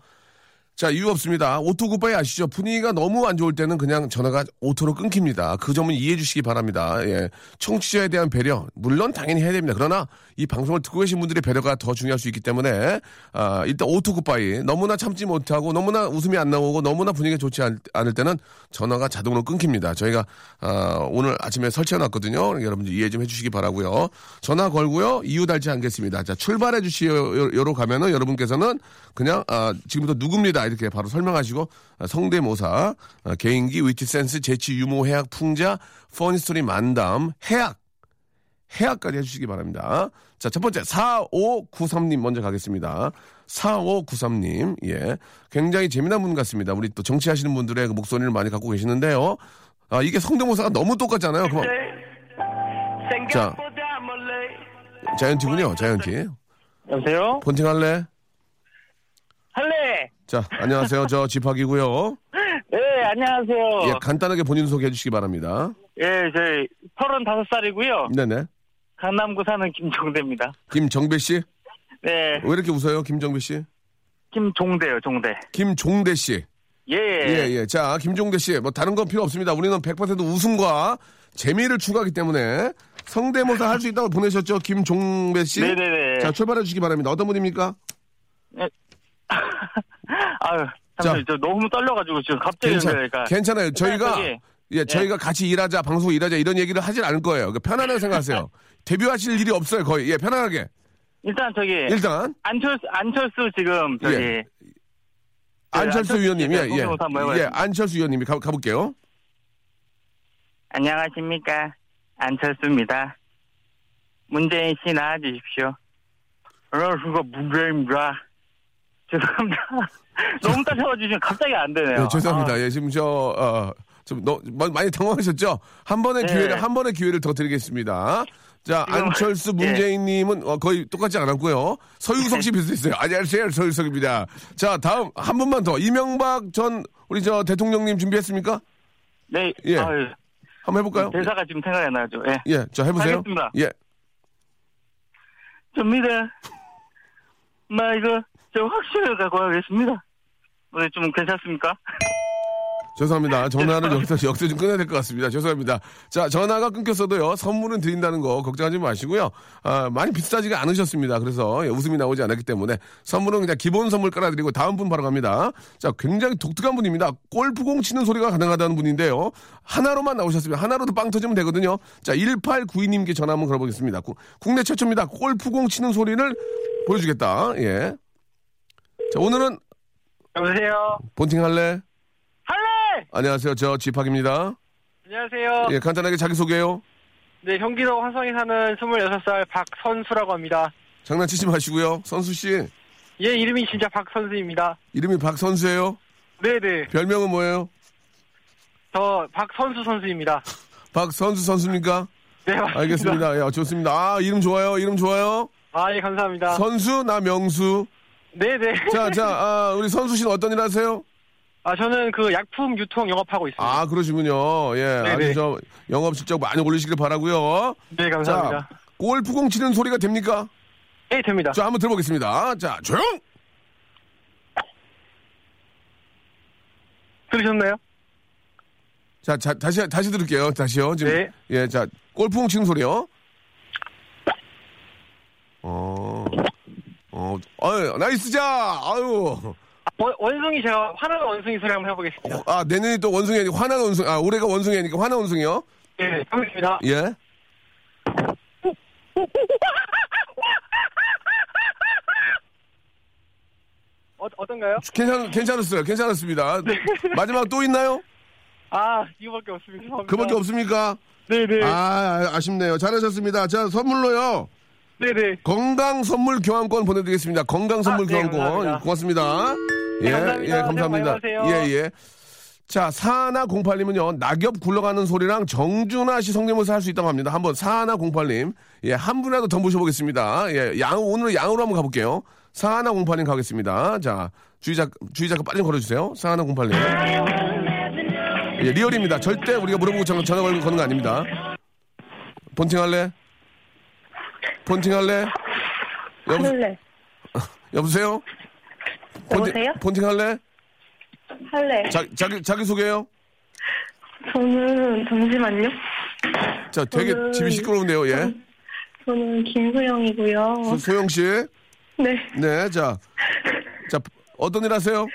Speaker 1: 자, 이유 없습니다. 오토 굿바이 아시죠? 분위기가 너무 안 좋을 때는 그냥 전화가 오토로 끊깁니다. 그 점은 이해해 주시기 바랍니다. 예. 청취자에 대한 배려, 물론 당연히 해야 됩니다. 그러나 이 방송을 듣고 계신 분들의 배려가 더 중요할 수 있기 때문에, 아, 일단 오토 굿바이. 너무나 참지 못하고, 너무나 웃음이 안 나오고, 너무나 분위기가 좋지 않- 않을 때는 전화가 자동으로 끊깁니다. 저희가, 아, 오늘 아침에 설치해 놨거든요. 그러니까 여러분들 이해 좀 해 주시기 바라고요 전화 걸고요. 이유 달지 않겠습니다. 자, 출발해 주시요로 가면은 여러분께서는 그냥 아, 지금부터 누굽니다 이렇게 바로 설명하시고 아, 성대모사, 아, 개인기, 위트센스, 재치, 유머, 해학, 풍자, 퍼니스토리, 만담, 해학, 해학까지 해주시기 바랍니다. 자, 첫 번째 4593님 먼저 가겠습니다. 4593님, 예, 굉장히 재미난 분 같습니다. 우리 또 정치하시는 분들의 그 목소리를 많이 갖고 계시는데요. 아, 이게 성대모사가 너무 똑같잖아요. 그럼
Speaker 5: 생각보다 멀리
Speaker 1: 자이언티군요, 자이언티.
Speaker 5: 여보세요?
Speaker 1: 폰팅 할래?
Speaker 5: 할래!
Speaker 1: 자, 안녕하세요. 저 집학이고요.
Speaker 5: 예, 안녕하세요.
Speaker 1: 예,
Speaker 6: 어.
Speaker 1: 간단하게 본인 소개해 주시기 바랍니다.
Speaker 5: 예, 저희 35살이고요.
Speaker 1: 네네.
Speaker 5: 강남구 사는 김종대입니다.
Speaker 1: 김정배 씨?
Speaker 5: 네,
Speaker 1: 왜 이렇게 웃어요, 김정배 씨?
Speaker 5: 김종대요, 종대.
Speaker 1: 김종대 씨.
Speaker 5: 예.
Speaker 1: 예, 예. 자, 김종대 씨. 뭐 다른 건 필요 없습니다. 우리는 100% 웃음과 재미를 추구하기 때문에 성대모사 할 수 있다고 보내셨죠, 김종배 씨?
Speaker 5: 네네네.
Speaker 1: 자, 출발해 주시기 바랍니다. 어떤 분입니까?
Speaker 5: 아유, 잠시만요. 저 너무 떨려가지고 지금 갑자기
Speaker 1: 괜찮,
Speaker 5: 그러니까.
Speaker 1: 괜찮아요. 저희가
Speaker 5: 저기, 네.
Speaker 1: 예, 저희가 같이 일하자, 방송 일하자 이런 얘기를 하진 않을 거예요. 그러니까
Speaker 5: [laughs]
Speaker 1: 편안하게 생각하세요. 데뷔하실 일이 없어요, 거의. 예, 편안하게.
Speaker 5: 일단 저기,
Speaker 1: 일단
Speaker 5: 안철수, 안철수 지금 저기,
Speaker 1: 예. 안철수
Speaker 5: 네, 안철수
Speaker 1: 위원님, 예,
Speaker 5: 씨가
Speaker 1: 예,
Speaker 5: 성대모사 한번 해봐요.
Speaker 1: 예, 안철수 위원님이 가, 가볼게요.
Speaker 5: 안녕하십니까. 안철수입니다. 문재인 씨 나와주십시오. 안녕하십니까. 문재인입니다. [laughs] 죄송합니다.
Speaker 1: [laughs]
Speaker 5: 너무 따셔가지고 지금 갑자기 안 되네요. 아,
Speaker 1: 예, 죄송합니다. 예, 지금 저, 어, 좀, 너, 마- 많이 당황하셨죠? 한 번의
Speaker 5: 네.
Speaker 1: 기회를, 한 번의 기회를 더 드리겠습니다. 자,
Speaker 5: 지금- 예.
Speaker 1: 안철수 문재인님은 어, 거의 똑같지 않았고요. 서유석
Speaker 5: 네.
Speaker 1: 씨 비슷했어요. 안녕하세요, 서유석입니다. 자, 다음, 한 번만 더. 이명박 전, 우리 저 대통령님 준비했습니까?
Speaker 5: 네.
Speaker 1: 예.
Speaker 5: 아유,
Speaker 1: 한번 해볼까요?
Speaker 5: 네, 대사가 지금 생각이 안 나죠. 예.
Speaker 1: 예, 저 해보세요.
Speaker 5: 하겠습니다.
Speaker 1: 예.
Speaker 5: 좀 믿어. 나 이거 저 확신을 갖고 가겠습니다. 오늘 좀 괜찮습니까?
Speaker 1: 죄송합니다. 전화는 여기서, 여기서 좀 끊어야 될 것 같습니다. 죄송합니다. 자, 전화가 끊겼어도요, 선물은 드린다는 거 걱정하지 마시고요. 아, 많이 비싸지가 않으셨습니다. 그래서 예, 웃음이 나오지 않았기 때문에 선물은 그냥 기본 선물 깔아드리고 다음 분 바로 갑니다. 자, 굉장히 독특한 분입니다. 골프공 치는 소리가 가능하다는 분인데요. 하나로만 나오셨습니다. 하나로도 빵 터지면 되거든요. 자, 1892님께 전화 한번 걸어보겠습니다. 구- 국내 최초입니다. 골프공 치는 소리를 보여주겠다. 예. 자, 오늘은
Speaker 5: 여보세요.
Speaker 1: 본팅 할래?
Speaker 5: 할래!
Speaker 1: 안녕하세요. 저 집학입니다.
Speaker 6: 안녕하세요.
Speaker 1: 예, 간단하게 자기소개요.
Speaker 6: 네, 경기도 화성에 사는 26살 박선수라고 합니다.
Speaker 1: 장난치지 마시고요. 선수 씨,
Speaker 6: 얘 이름이 진짜 박선수입니다.
Speaker 1: 이름이 박선수예요?
Speaker 6: 네네.
Speaker 1: 별명은 뭐예요?
Speaker 6: 저 박선수 선수입니다.
Speaker 1: 박선수 선수입니까?
Speaker 6: 네, 맞습니다.
Speaker 1: 알겠습니다. 예, 좋습니다. 아, 이름 좋아요. 이름 좋아요.
Speaker 6: 아, 예, 감사합니다.
Speaker 1: 선수, 나 명수.
Speaker 6: 네네.
Speaker 1: 자, 자, 아, 우리 선수 씨는 어떤 일 하세요?
Speaker 6: 아, 저는 그 약품 유통 영업하고 있습니다.
Speaker 1: 아, 그러시군요. 예,
Speaker 6: 네네.
Speaker 1: 아주 저 영업 실적 많이 올리시길 바라고요.
Speaker 6: 네, 감사합니다.
Speaker 1: 자, 골프공 치는 소리가 됩니까?
Speaker 6: 네, 됩니다.
Speaker 1: 자, 한번 들어보겠습니다. 자, 조용!
Speaker 6: 들으셨나요?
Speaker 1: 자, 자, 다시, 다시 들을게요. 다시요. 지금.
Speaker 6: 네.
Speaker 1: 예, 자, 골프공 치는 소리요. 어, 어, 아유, 나이스 자! 아유.
Speaker 6: 어, 원, 원숭이 제가 화난 원숭이 소리 한번 해보겠습니다.
Speaker 1: 아, 내년이 또 원숭이 아니고 화난 원숭이, 아, 올해가 원숭이 아니니까 화난 원숭이요?
Speaker 6: 네, 감사합니다.
Speaker 1: 예.
Speaker 6: 어, 어떤가요?
Speaker 1: 괜찮, 괜찮았어요. 괜찮았습니다.
Speaker 6: 네.
Speaker 1: 마지막 또 있나요?
Speaker 6: 아, 이거밖에 없습니다. 죄송합니다.
Speaker 1: 그밖에 없습니까?
Speaker 6: 네. 네네.
Speaker 1: 아, 아쉽네요. 잘하셨습니다. 자, 선물로요.
Speaker 6: 네네.
Speaker 1: 건강 선물 교환권 보내드리겠습니다. 건강 선물
Speaker 6: 아, 네,
Speaker 1: 교환권
Speaker 6: 감사합니다.
Speaker 1: 고맙습니다.
Speaker 6: 네, 감사합니다.
Speaker 1: 예, 감사합니다.
Speaker 6: 새해 복 많이
Speaker 1: 예,
Speaker 6: 받으세요.
Speaker 1: 예. 자, 사나 08님은요, 낙엽 굴러가는 소리랑 정준하 씨 성대모사 할 수 있다고 합니다. 한번 사나 08님. 예, 한 분이라도 더 모셔보겠습니다. 예, 양, 오늘 양으로 한번 가볼게요. 사하나 공팔님 가겠습니다. 자, 주의 작, 주의 작가 빨리 좀 걸어주세요. 사하나 공팔님. 예, 리얼입니다. 절대 우리가 물어보고 전화, 전화 걸고 거는 거 아닙니다. 폰팅 할래? 폰팅 할래? 여보,
Speaker 7: 할래.
Speaker 1: [laughs] 여보세요? 폰팅,
Speaker 7: 여보세요?
Speaker 1: 폰팅 할래?
Speaker 7: 할래.
Speaker 1: 자, 자기, 자기소개요?
Speaker 7: 저는 잠시만요.
Speaker 1: 자, 되게
Speaker 7: 저는-
Speaker 1: 집이 시끄러운데요, 예.
Speaker 7: 저는 김소영이고요.
Speaker 1: 소- 소영 씨.
Speaker 7: 네.
Speaker 1: 네, 자. 자, 어떤 일 하세요?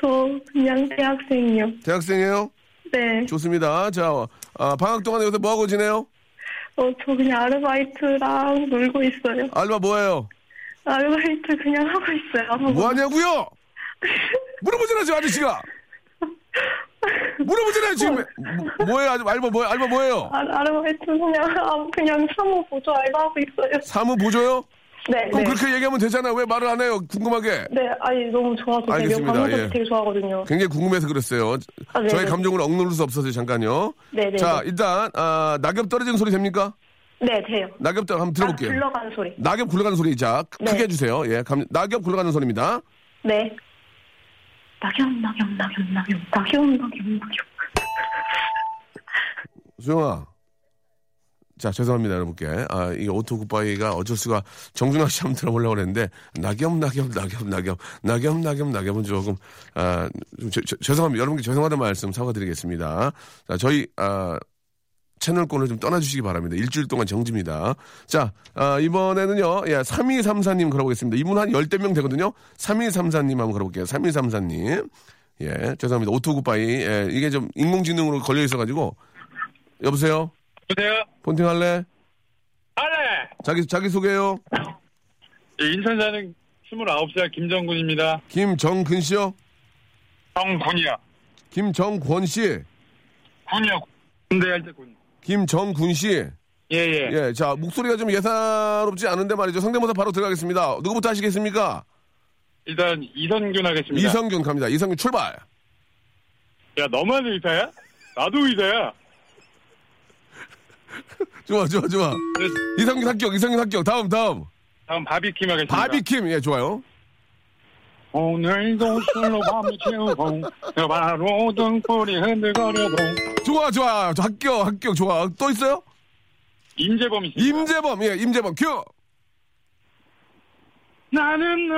Speaker 7: 저 그냥 대학생이요.
Speaker 1: 대학생이에요?
Speaker 7: 네.
Speaker 1: 좋습니다. 자, 아, 방학 동안 여기서 뭐하고 지내요?
Speaker 7: 어, 저 그냥 아르바이트랑 놀고 있어요.
Speaker 1: 알바 뭐예요?
Speaker 7: 아르바이트 그냥 하고 있어요. 아무-
Speaker 1: 뭐 하냐고요? 물어보잖아요, 지금 아저씨가. 물어보잖아요, 지금. 뭐- 뭐예요, 아주- 알바 뭐예요? 알바 뭐예요?
Speaker 7: 아, 아르바이트 그냥 아무- 그냥 사무 보조 알바하고 있어요.
Speaker 1: 사무 보조요?
Speaker 7: 네.
Speaker 1: 어, 그럼
Speaker 7: 네.
Speaker 1: 그렇게 얘기하면 되잖아요. 왜 말을 안 해요? 궁금하게.
Speaker 7: 네, 아니 너무 좋아서 되게
Speaker 1: 알겠습니다.
Speaker 7: 방송
Speaker 1: 예.
Speaker 7: 되게 좋아하거든요.
Speaker 1: 굉장히 궁금해서 그랬어요.
Speaker 7: 아, 네,
Speaker 1: 저의
Speaker 7: 네.
Speaker 1: 감정을 억누를 수 없어서 잠깐요.
Speaker 7: 네, 네,
Speaker 1: 자,
Speaker 7: 네.
Speaker 1: 일단 아, 낙엽 떨어지는 소리 됩니까?
Speaker 7: 네, 돼요.
Speaker 1: 낙엽 떨 한번
Speaker 7: 아,
Speaker 1: 들어볼게요.
Speaker 7: 굴러가는 소리.
Speaker 1: 낙엽 굴러가는 소리 자 크-
Speaker 7: 네.
Speaker 1: 크게 해주세요. 예, 감- 낙엽 굴러가는 소리입니다.
Speaker 7: 네. 낙엽, 낙엽, 낙엽, 낙엽, 낙엽, 낙엽, 낙엽.
Speaker 1: 수영아, 자 죄송합니다 여러분께. 아, 이 오토 굿바이가 어쩔 수가 정준하 씨 한번 들어보려고 했는데 낙엽, 낙엽, 낙엽, 낙엽, 낙엽, 낙엽, 낙엽은 조금 아, 좀 죄- 죄- 죄송합니다 여러분께 죄송하다는 말씀 사과드리겠습니다. 자, 저희 아, 채널권을 좀 떠나주시기 바랍니다. 일주일 동안 정지입니다. 자, 아, 이번에는요, 예, 3234님 걸어보겠습니다. 이분 한 열댓 명 되거든요. 3234님 한번 걸어볼게요. 3234님. 예, 죄송합니다. 오토굿바이. 예, 이게 좀 인공지능으로 걸려있어가지고. 여보세요?
Speaker 6: 보세요.
Speaker 1: 폰팅 할래?
Speaker 6: 할래.
Speaker 1: 자기, 자기소개요?
Speaker 6: 예, 인천 사는 29살 김정군입니다.
Speaker 1: 김정근 씨요?
Speaker 6: 정군이야.
Speaker 1: 김정권 씨?
Speaker 6: 군이야. 군대 할 때 군.
Speaker 1: 김정군 씨?
Speaker 6: 예예.
Speaker 1: 예, 자, 목소리가 좀 예사롭지 않은데 말이죠. 성대모사 바로 들어가겠습니다. 누구부터 하시겠습니까?
Speaker 6: 일단 이선균 하겠습니다.
Speaker 1: 이성균 갑니다. 이성균 출발!
Speaker 6: 야 너만 의사야? 나도 의사야.
Speaker 1: 좋아, 좋아, 좋아.
Speaker 6: 네.
Speaker 1: 이성균 합격, 이성균 합격. 다음, 다음.
Speaker 6: 다음 바비킴 하겠습니다.
Speaker 1: 바비킴, 예, 좋아요.
Speaker 6: 오늘도 술로 밤을 채우고 바로 등불이 흔들거려도
Speaker 1: 좋아, 좋아. 합격, 합격, 좋아. 또 있어요?
Speaker 6: 임재범이 있습니다.
Speaker 1: 임재범, 예, 임재범, 큐!
Speaker 6: 나는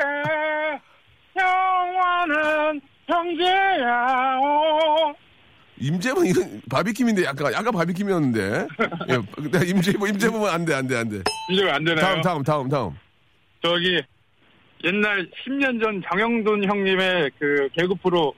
Speaker 6: 너의 영원한 형제야.
Speaker 1: 임재범, 이건 바비킴인데, 약간, 약간 바비킴이었는데. 예, [laughs] 근데 임재범, 임재범은 안 돼, 안 돼, 안 돼.
Speaker 6: 이제 안 되나요?
Speaker 1: 다음, 다음, 다음, 다음.
Speaker 6: 저기 옛날 10년 전 정영돈 형님의 그 개그 프로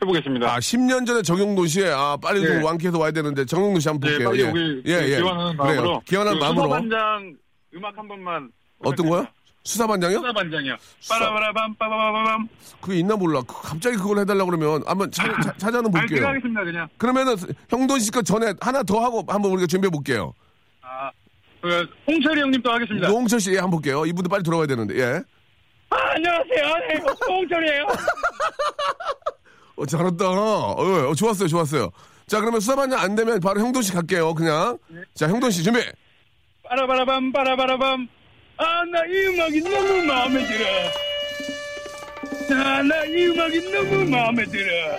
Speaker 6: 해보겠습니다.
Speaker 1: 아, 10년 전에 정용돈 씨의, 아, 빨리 좀
Speaker 6: 네.
Speaker 1: 완쾌해서 와야 되는데, 정용돈 씨 한번
Speaker 6: 네,
Speaker 1: 볼게요.
Speaker 6: 빨리 우리
Speaker 1: 예, 예.
Speaker 6: 기원하는
Speaker 1: 그래요.
Speaker 6: 마음으로.
Speaker 1: 기원하는 마음으로.
Speaker 6: 수사반장 음악 한 번만.
Speaker 1: 어떤 거요? 수사반장이요?
Speaker 6: 수사반장이요.
Speaker 1: 수사-
Speaker 6: 빠라바라밤 빠바바밤.
Speaker 1: 그게 있나 몰라. 그- 갑자기 그걸 해달라고 그러면 한번 찾, 찾, 찾아는
Speaker 6: 아니
Speaker 1: 볼게요.
Speaker 6: 제가 하겠습니다 그냥.
Speaker 1: 그러면은 형돈 씨거 전에 하나 더 하고 한번 우리가 준비해 볼게요.
Speaker 6: 아, 그 홍철이 형님 또 하겠습니다.
Speaker 1: 노홍철 씨, 예, 한번 볼게요. 이분도 빨리 들어와야 되는데, 예.
Speaker 6: 아, 안녕하세요. 네, 홍철이에요.
Speaker 1: 어, 잘했다. 어, 어, 좋았어요, 좋았어요. 자, 그러면 수사반장 안 되면 바로 형돈 씨 갈게요, 그냥.
Speaker 6: 네.
Speaker 1: 자, 형돈 씨 준비.
Speaker 6: 빠라바라밤 빠라바라밤. 아, 나 이 음악이 너무 마음에 들어. 아, 나 이 음악이 너무 마음에 들어.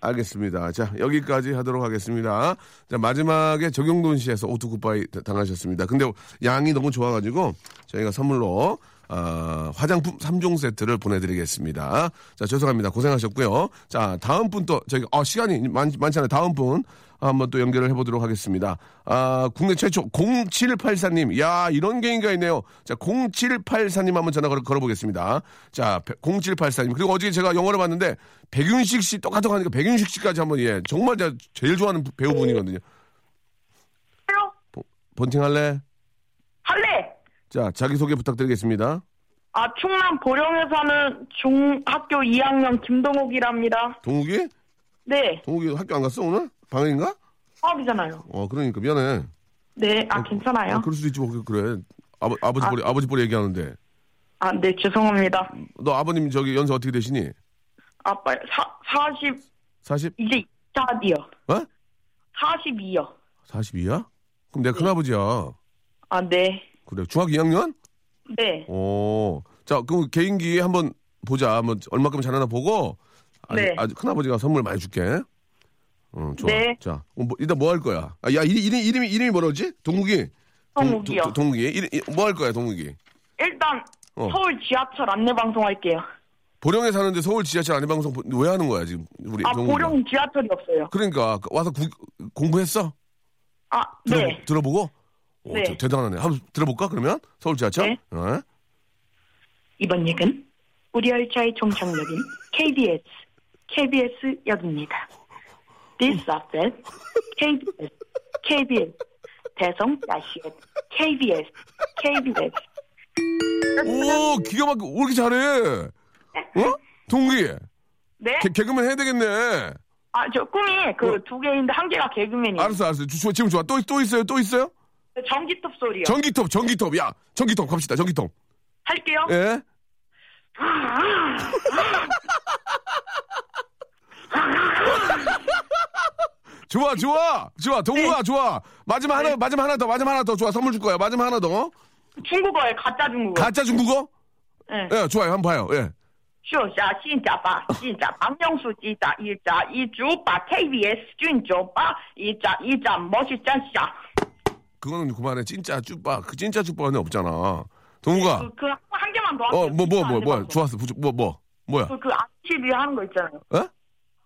Speaker 1: 알겠습니다. 자, 여기까지 하도록 하겠습니다. 자, 마지막에 정용돈 씨에서 오토굿바이 당하셨습니다. 근데 양이 너무 좋아가지고 저희가 선물로 아, 화장품 3종 세트를 보내드리겠습니다. 자, 죄송합니다. 고생하셨고요. 자, 다음 분 또, 저희가, 어, 시간이 많, 많잖아요. 다음 분 한번 또 연결을 해보도록 하겠습니다. 아, 국내 최초 0784님. 야, 이런 개인가 있네요. 자, 0784님 한번 전화 걸, 걸어보겠습니다. 자, 0784님. 그리고 어제 제가 영화를 봤는데, 백윤식 씨, 똑같다고 하니까 백윤식 씨까지 한번, 예, 정말 제가 제일 좋아하는 배우분이거든요.
Speaker 7: 헬로?
Speaker 1: 본팅 할래?
Speaker 7: 할래.
Speaker 1: 자, 자기소개 부탁드리겠습니다.
Speaker 7: 아, 충남 보령에 사는 중학교 2학년 김동욱이랍니다.
Speaker 1: 동욱이?
Speaker 7: 네.
Speaker 1: 동욱이 학교 안 갔어, 오늘? 방학인가?
Speaker 7: 사업이잖아요.
Speaker 1: 어, 그러니까 미안해.
Speaker 7: 네. 아,
Speaker 1: 아,
Speaker 7: 괜찮아요.
Speaker 1: 그럴 수도 있지, 뭐, 그래. 아버, 아버지 뻘이, 아버지 뻘이 얘기하는데.
Speaker 7: 아, 네. 죄송합니다.
Speaker 1: 너 아버님 저기 연세 어떻게 되시니?
Speaker 7: 아빠, 사, 40,
Speaker 1: 40?
Speaker 7: 이제 2차디요.
Speaker 1: 어?
Speaker 7: 42요.
Speaker 1: 42야? 그럼
Speaker 7: 네.
Speaker 1: 내가 큰아버지야.
Speaker 7: 아, 네.
Speaker 1: 그래. 중학교 2학년?
Speaker 7: 네.
Speaker 1: 오. 자, 그럼 개인기 한번 보자. 한번 얼마큼 잘하나 보고. 아주,
Speaker 7: 네.
Speaker 1: 아주 큰아버지가 선물 많이 줄게. 응, 좋아.
Speaker 7: 네.
Speaker 1: 자, 어, 뭐, 일단 뭐 할 거야? 아, 야, 이름, 이름, 이름이, 이름이 뭐라지? 동국이. 동-
Speaker 7: 동국이요.
Speaker 1: 동- 동국이. 이름, 뭐 할 거야, 동국이?
Speaker 7: 일단
Speaker 1: 어.
Speaker 7: 서울 지하철 안내 방송 할게요.
Speaker 1: 보령에 사는데 서울 지하철 안내방송 보- 왜 하는 거야, 지금? 우리
Speaker 7: 아,
Speaker 1: 동국이가.
Speaker 7: 보령 지하철이 없어요.
Speaker 1: 그러니까, 와서 구- 공부했어?
Speaker 7: 아,
Speaker 1: 들어보,
Speaker 7: 네.
Speaker 1: 들어보고? 오,
Speaker 7: 네.
Speaker 1: 대- 대단하네. 한번 들어볼까, 그러면? 서울 지하철?
Speaker 7: 네.
Speaker 1: 어?
Speaker 7: 이번 역은 우리 열차의 종착역인 KBS, KBS 역입니다. This stop KBS, KBS, 대성 다시역, KBS, KBS.
Speaker 1: 오, 기가 막혀. 왜 이렇게 잘해? 어? 동국이.
Speaker 7: 네?
Speaker 1: 개, 개그맨 해야 되겠네.
Speaker 7: 아, 저 꿈이 그 두 개인데 한 개가 개그맨이에요. 네,
Speaker 1: 알았어, 알았어. 주- 주- 지금 좋아. 또, 또 있어요? 또 있어요?
Speaker 7: 전기톱 소리요.
Speaker 1: 전기톱, 전기톱. 야, 전기톱 갑시다, 전기톱.
Speaker 7: 할게요.
Speaker 1: 예? 좋아, 좋아. 좋아,
Speaker 7: 네.
Speaker 1: 동우가 좋아. 마지막 하나, 마지막 하나 더, 마지막 하나 더. 좋아, 선물 줄 거야. 마지막 하나 더.
Speaker 7: [laughs] 중국어에 가짜 중국어.
Speaker 1: 가짜 중국어?
Speaker 7: 네.
Speaker 1: 예, 좋아요. 한번 봐요. 예.
Speaker 7: 쇼샤 신자바 신자 박명수 기자 이자 이주바 KBS 준조바 이자 이자 멋있자 샤.
Speaker 1: 그거는 그만해. 진짜 쭈빠. 그 진짜 쭈빠는 없잖아.
Speaker 7: 네.
Speaker 1: 동우가.
Speaker 7: 그한 개만 더.
Speaker 1: 어,
Speaker 7: 할게요.
Speaker 1: 뭐, 뭐, 뭐, 뭐.
Speaker 7: 안
Speaker 1: 좋았어. 부주- 뭐, 뭐. 뭐야?
Speaker 7: 그, 그 아저씨들 하는 거 있잖아요.
Speaker 1: 예?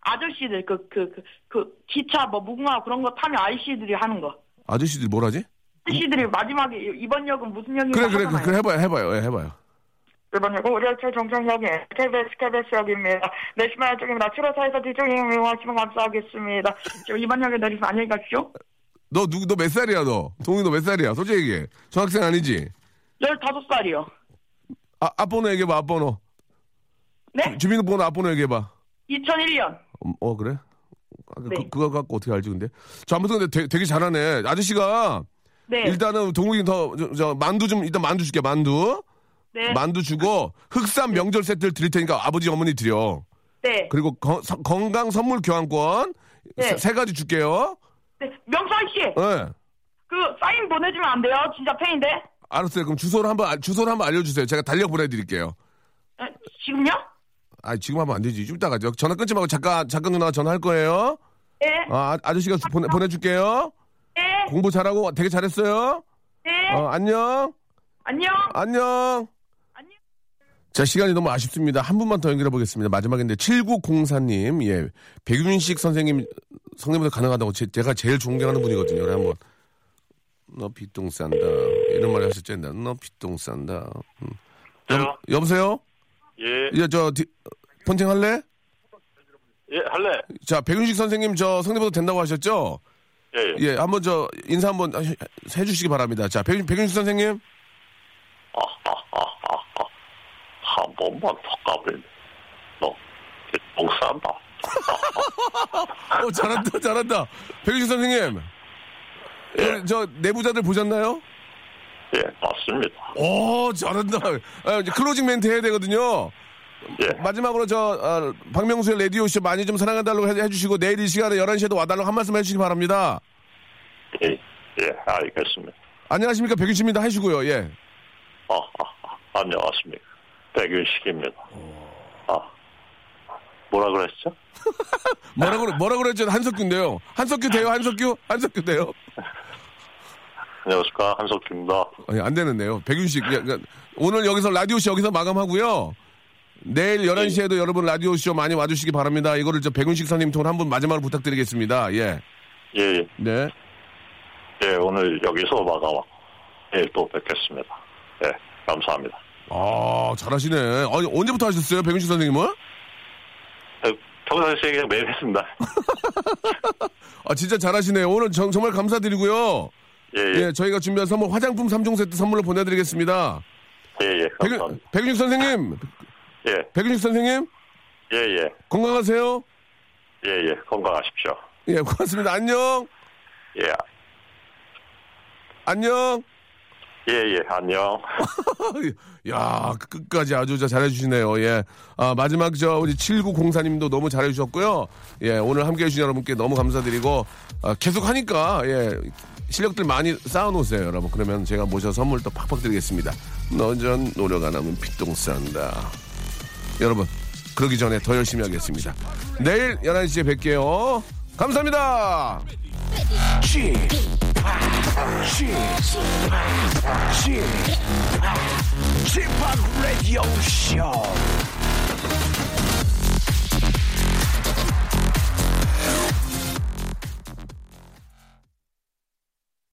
Speaker 7: 아저씨들 그 그 그 그, 기차 뭐 무궁화 그런 거 타면 아저씨들이 하는 거.
Speaker 1: 아저씨들이 뭐라지?
Speaker 7: 아저씨들이 마지막에 이번 역은 무슨 역인가
Speaker 1: 그래, 그래,
Speaker 7: 그러니까 하잖아요.
Speaker 1: 그래, 그래. 해봐요, 해봐요. 예, 해봐요.
Speaker 7: 이번 역은 우리 열차 정상역에 KBS KBS 역입니다. 내시마야 쪽입니다. 7호사에서 뒤쪽에 이용하시면 감사하겠습니다. 지금 이번 역에 내리시면 안녕히 가십시오.
Speaker 1: 너 누구 너 몇 살이야 너? 동이 너 몇 살이야? 솔직히 얘기해. 중학생 아니지?
Speaker 7: 15살이요.
Speaker 1: 아 앞번호 얘기해 봐 앞번호.
Speaker 7: 네?
Speaker 1: 주민등록번호 앞번호 얘기해 봐.
Speaker 7: 2001년.
Speaker 1: 어, 어, 그래? 아, 그,
Speaker 7: 네.
Speaker 1: 그거 갖고 어떻게 알지 근데? 저 아무튼 근데 되게, 되게 잘하네. 아저씨가
Speaker 7: 네.
Speaker 1: 일단은 동욱이 더저 저, 만두 좀 일단 만두 줄게 만두.
Speaker 7: 네.
Speaker 1: 만두 주고 흑삼 명절 세트를 드릴 테니까 아버지 어머니 드려.
Speaker 7: 네.
Speaker 1: 그리고 거- 서- 건강 선물 교환권
Speaker 7: 네.
Speaker 1: 세, 세 가지 줄게요.
Speaker 7: 네. 명선 씨,
Speaker 1: 예.
Speaker 7: 그 사인 보내주면 안 돼요? 진짜 팬인데.
Speaker 1: 알았어요. 그럼 주소를 한번 알- 주소를 한번 알려주세요. 제가 달력 보내드릴게요.
Speaker 7: 에, 지금요?
Speaker 1: 아 지금 하면 안 되지. 좀 이따가 저- 전화 끊지 말고 작가 작가 누나가 전화할 거예요.
Speaker 7: 네.
Speaker 1: 아 아- 아저씨가 주- 보내, 보내줄게요.
Speaker 7: 네.
Speaker 1: 공부 잘하고 되게 잘했어요.
Speaker 7: 네.
Speaker 1: 어, 안녕
Speaker 7: 안녕.
Speaker 1: 안녕.
Speaker 7: 안녕.
Speaker 1: 자 시간이 너무 아쉽습니다. 한 분만 더 연결해 보겠습니다. 마지막인데 7904님 예 백윤식 선생님 성대모사 가능하다고 제, 제가 제일 존경하는 분이거든요. 그래 한번 너 빗똥 싼다 이런 말 하실 때 너 빗똥 싼다. 음.
Speaker 6: 저요?
Speaker 1: 여, 보세요
Speaker 6: 예,
Speaker 1: 예저 펀칭 할래?
Speaker 6: 예, 할래.
Speaker 1: 자, 백윤식 선생님 저 성대모사 된다고 하셨죠?
Speaker 6: 예, 예.
Speaker 1: 예, 한번 저 인사 한번 하- 해주시기 바랍니다. 자, 백윤, 백윤식 선생님.
Speaker 6: 한 번만 더 까불면 너 똥싼다.
Speaker 1: 어, 잘한다, 잘한다. 백윤식 선생님. 예, 저 내부자들 보셨나요?
Speaker 6: 예, 맞습니다.
Speaker 1: 오, 잘한다. 아, 이제 클로징 멘트 해야 되거든요.
Speaker 6: 예,
Speaker 1: 마지막으로 저 아, 박명수의 라디오쇼 많이 좀 사랑해달라고 해- 해주시고 내일 이 시간에 11시에도 와달라고 한 말씀 해주시기 바랍니다.
Speaker 6: 예, 예, 알겠습니다.
Speaker 1: 안녕하십니까, 백윤식입니다 하시고요. 예.
Speaker 6: 아, 아, 아, 안녕하십니까. 백윤식입니다. 아, 뭐라 그랬죠?
Speaker 1: 뭐라고, 뭐라고 그랬죠? 한석규인데요. 한석규 돼요, 한석규? 한석규 돼요?
Speaker 6: 안녕하십니까. 한석규입니다.
Speaker 1: 아니, 안 되는데요. 백윤식. 예, 그러니까 오늘 여기서 라디오쇼 여기서 마감하고요. 내일 11시에도 여러분 라디오쇼 많이 와주시기 바랍니다. 이거를 저 백윤식 선생님 통으로 한 분 마지막으로 부탁드리겠습니다. 예.
Speaker 6: 예, 예,
Speaker 1: 네.
Speaker 6: 예, 오늘 여기서 마감하고 내일 또 뵙겠습니다. 예, 감사합니다.
Speaker 1: 아, 잘하시네. 아니, 언제부터 하셨어요? 백윤식 선생님은?
Speaker 6: 어, 평소에 얘기는 매일 했습니다.
Speaker 1: 아, 진짜 잘하시네요. 오늘 정, 말 감사드리고요.
Speaker 6: 예,
Speaker 1: 예,
Speaker 6: 예,
Speaker 1: 저희가 준비한 선물 화장품 3종 세트 선물로 보내드리겠습니다.
Speaker 6: 예, 예,
Speaker 1: 백윤,
Speaker 6: 감사합니다.
Speaker 1: 백윤식 선생님,
Speaker 6: 예,
Speaker 1: 백윤식 선생님,
Speaker 6: 예, 예,
Speaker 1: 건강하세요.
Speaker 6: 예, 예, 건강하십시오.
Speaker 1: 예, 고맙습니다. 안녕,
Speaker 6: 예,
Speaker 1: 안녕.
Speaker 6: 예, 예, 안녕.
Speaker 1: [laughs] 야, 그 끝까지 아주 저 잘해주시네요. 예. 아, 마지막 저 우리 7904님도 너무 잘해주셨고요. 예, 오늘 함께 해주신 여러분께 너무 감사드리고, 아, 계속 하니까, 예, 실력들 많이 쌓아놓으세요, 여러분. 그러면 제가 모셔서 선물 또 팍팍 드리겠습니다. 너전 노력 안 하면 피똥 싼다. 여러분, 그러기 전에 더 열심히 하겠습니다. 내일 11시에 뵐게요. 감사합니다.
Speaker 2: 지팍 라디오